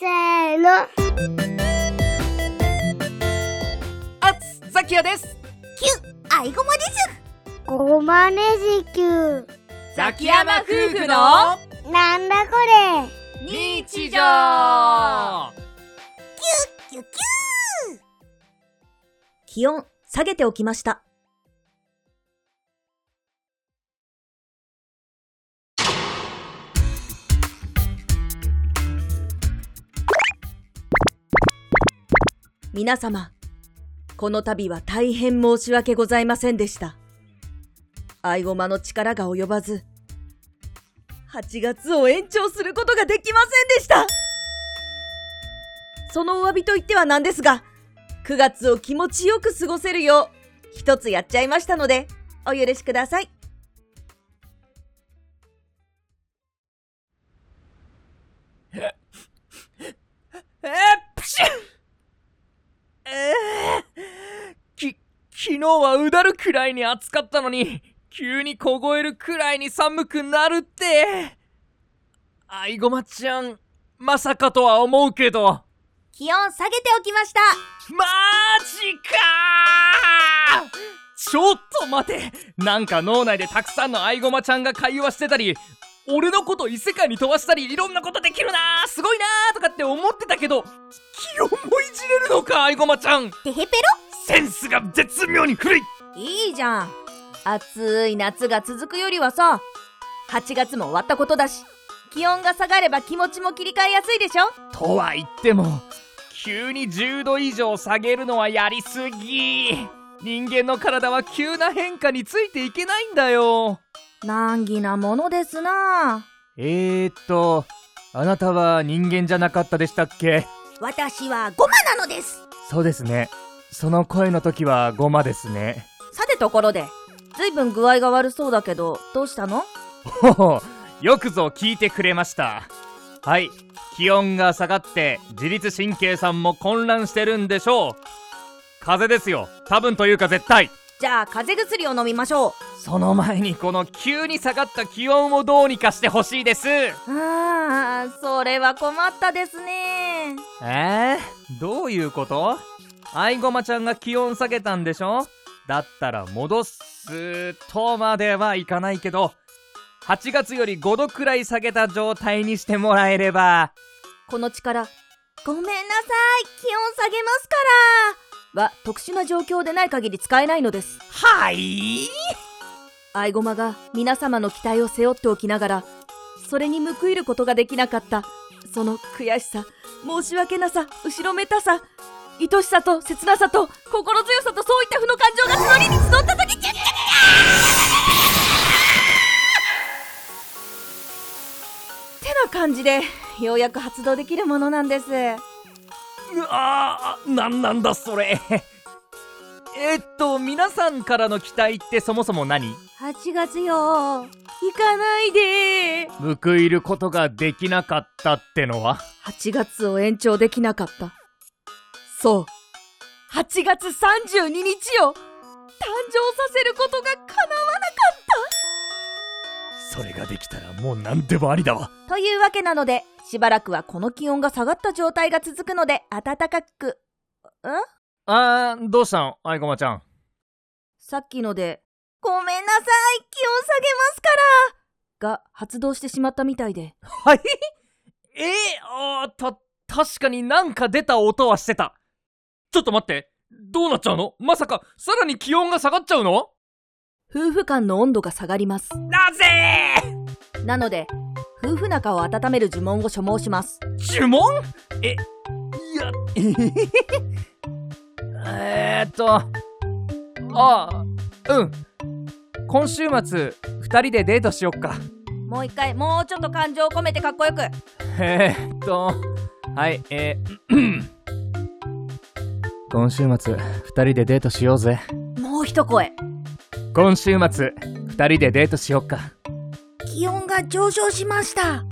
のあつさきやですキュアイゴマですごまねじきゅうザキヤマ夫婦のなんだこれ日常キュキュ気温下げておきました。皆様、この度は大変申し訳ございませんでした。愛駒の力が及ばず、8月を延長することができませんでしたそのお詫びと言ってはなんですが、9月を気持ちよく過ごせるよう、一つやっちゃいましたので、お許しください。えー、プシュえー、き、昨日はうだるくらいに暑かったのに、急に凍えるくらいに寒くなるって。アイゴマちゃん、まさかとは思うけど、マ気温下げておきましたジかーちょっと待てなんか脳内でたくさんのアイゴマちゃんが会話してたり、俺のこと異世界に飛ばしたりいろんなことできるなーすごいなーとかって思ってたけど、気温もいじれるのかアイゴマちゃんてへペセンスが絶妙に古いロいいじゃん暑い夏が続くよりはさ8月も終わったことだし気温が下がれば気持ちも切り替えやすいでしょとは言っても急に10度以上下げるのはやりすぎ人間の体は急な変化についていけないんだよ難儀なものですなえー、っとあなたは人間じゃなかったでしたっけ私はゴマなのですそうですねその声の時はゴマですねさてところでずいぶん具合が悪そうだけどどうしたのほほよくぞ聞いてくれましたはい気温が下がって自律神経さんも混乱してるんでしょう風邪ですよ多分というか絶対じゃあ風邪薬を飲みましょうその前にこの急に下がった気温をどうにかしてほしいですえあーそれは困ったですねー、どういうことアイゴマちゃんが気温下げたんでしょだったら戻すとまではいかないけど8月より5度くらい下げた状態にしてもらえればこの力ごめんなさい気温下げますからは特殊な状況でない限り使えないのですはいアイゴマが皆様の期待を背負っておきながらそれに報いることができなかったその悔しさ申し訳なさ後ろめたさ愛しさと切なさと心強さとそういった負の感情が募りに募った時てな感じでようやく発動できるものなんですうわーなんなんだそれえっと皆さんからの期待ってそもそも何8月よ行かないで報いることができなかったってのは8月を延長できなかった。そう。8月32日を誕生させることが叶わなかっそれができたらもう何でもありだわたというわけなので、しばらくはこの気温が下がった状態が続くので、暖かく。んあーどうしたのアイゴマちゃんさっきので、ごめんなさい、気温下げますからが発動してしまったみたいで。はいえー、あーた確かになんか出た音はしてたちょっと待ってどうなっちゃうのまさかさらに気温が下がっちゃうの夫婦間の温度が下がります。なぜなので、夫婦仲を温める呪文を所望します。呪文えいやえへへへえーっとああうん今週末二人でデートしよっかもう一回、もうちょっと感情を込めてかっこよく。えーっと、はい、えー、今週末、二人でデートしようぜ。もう一声。今週末、二人でデートしよっか。気温が上昇しました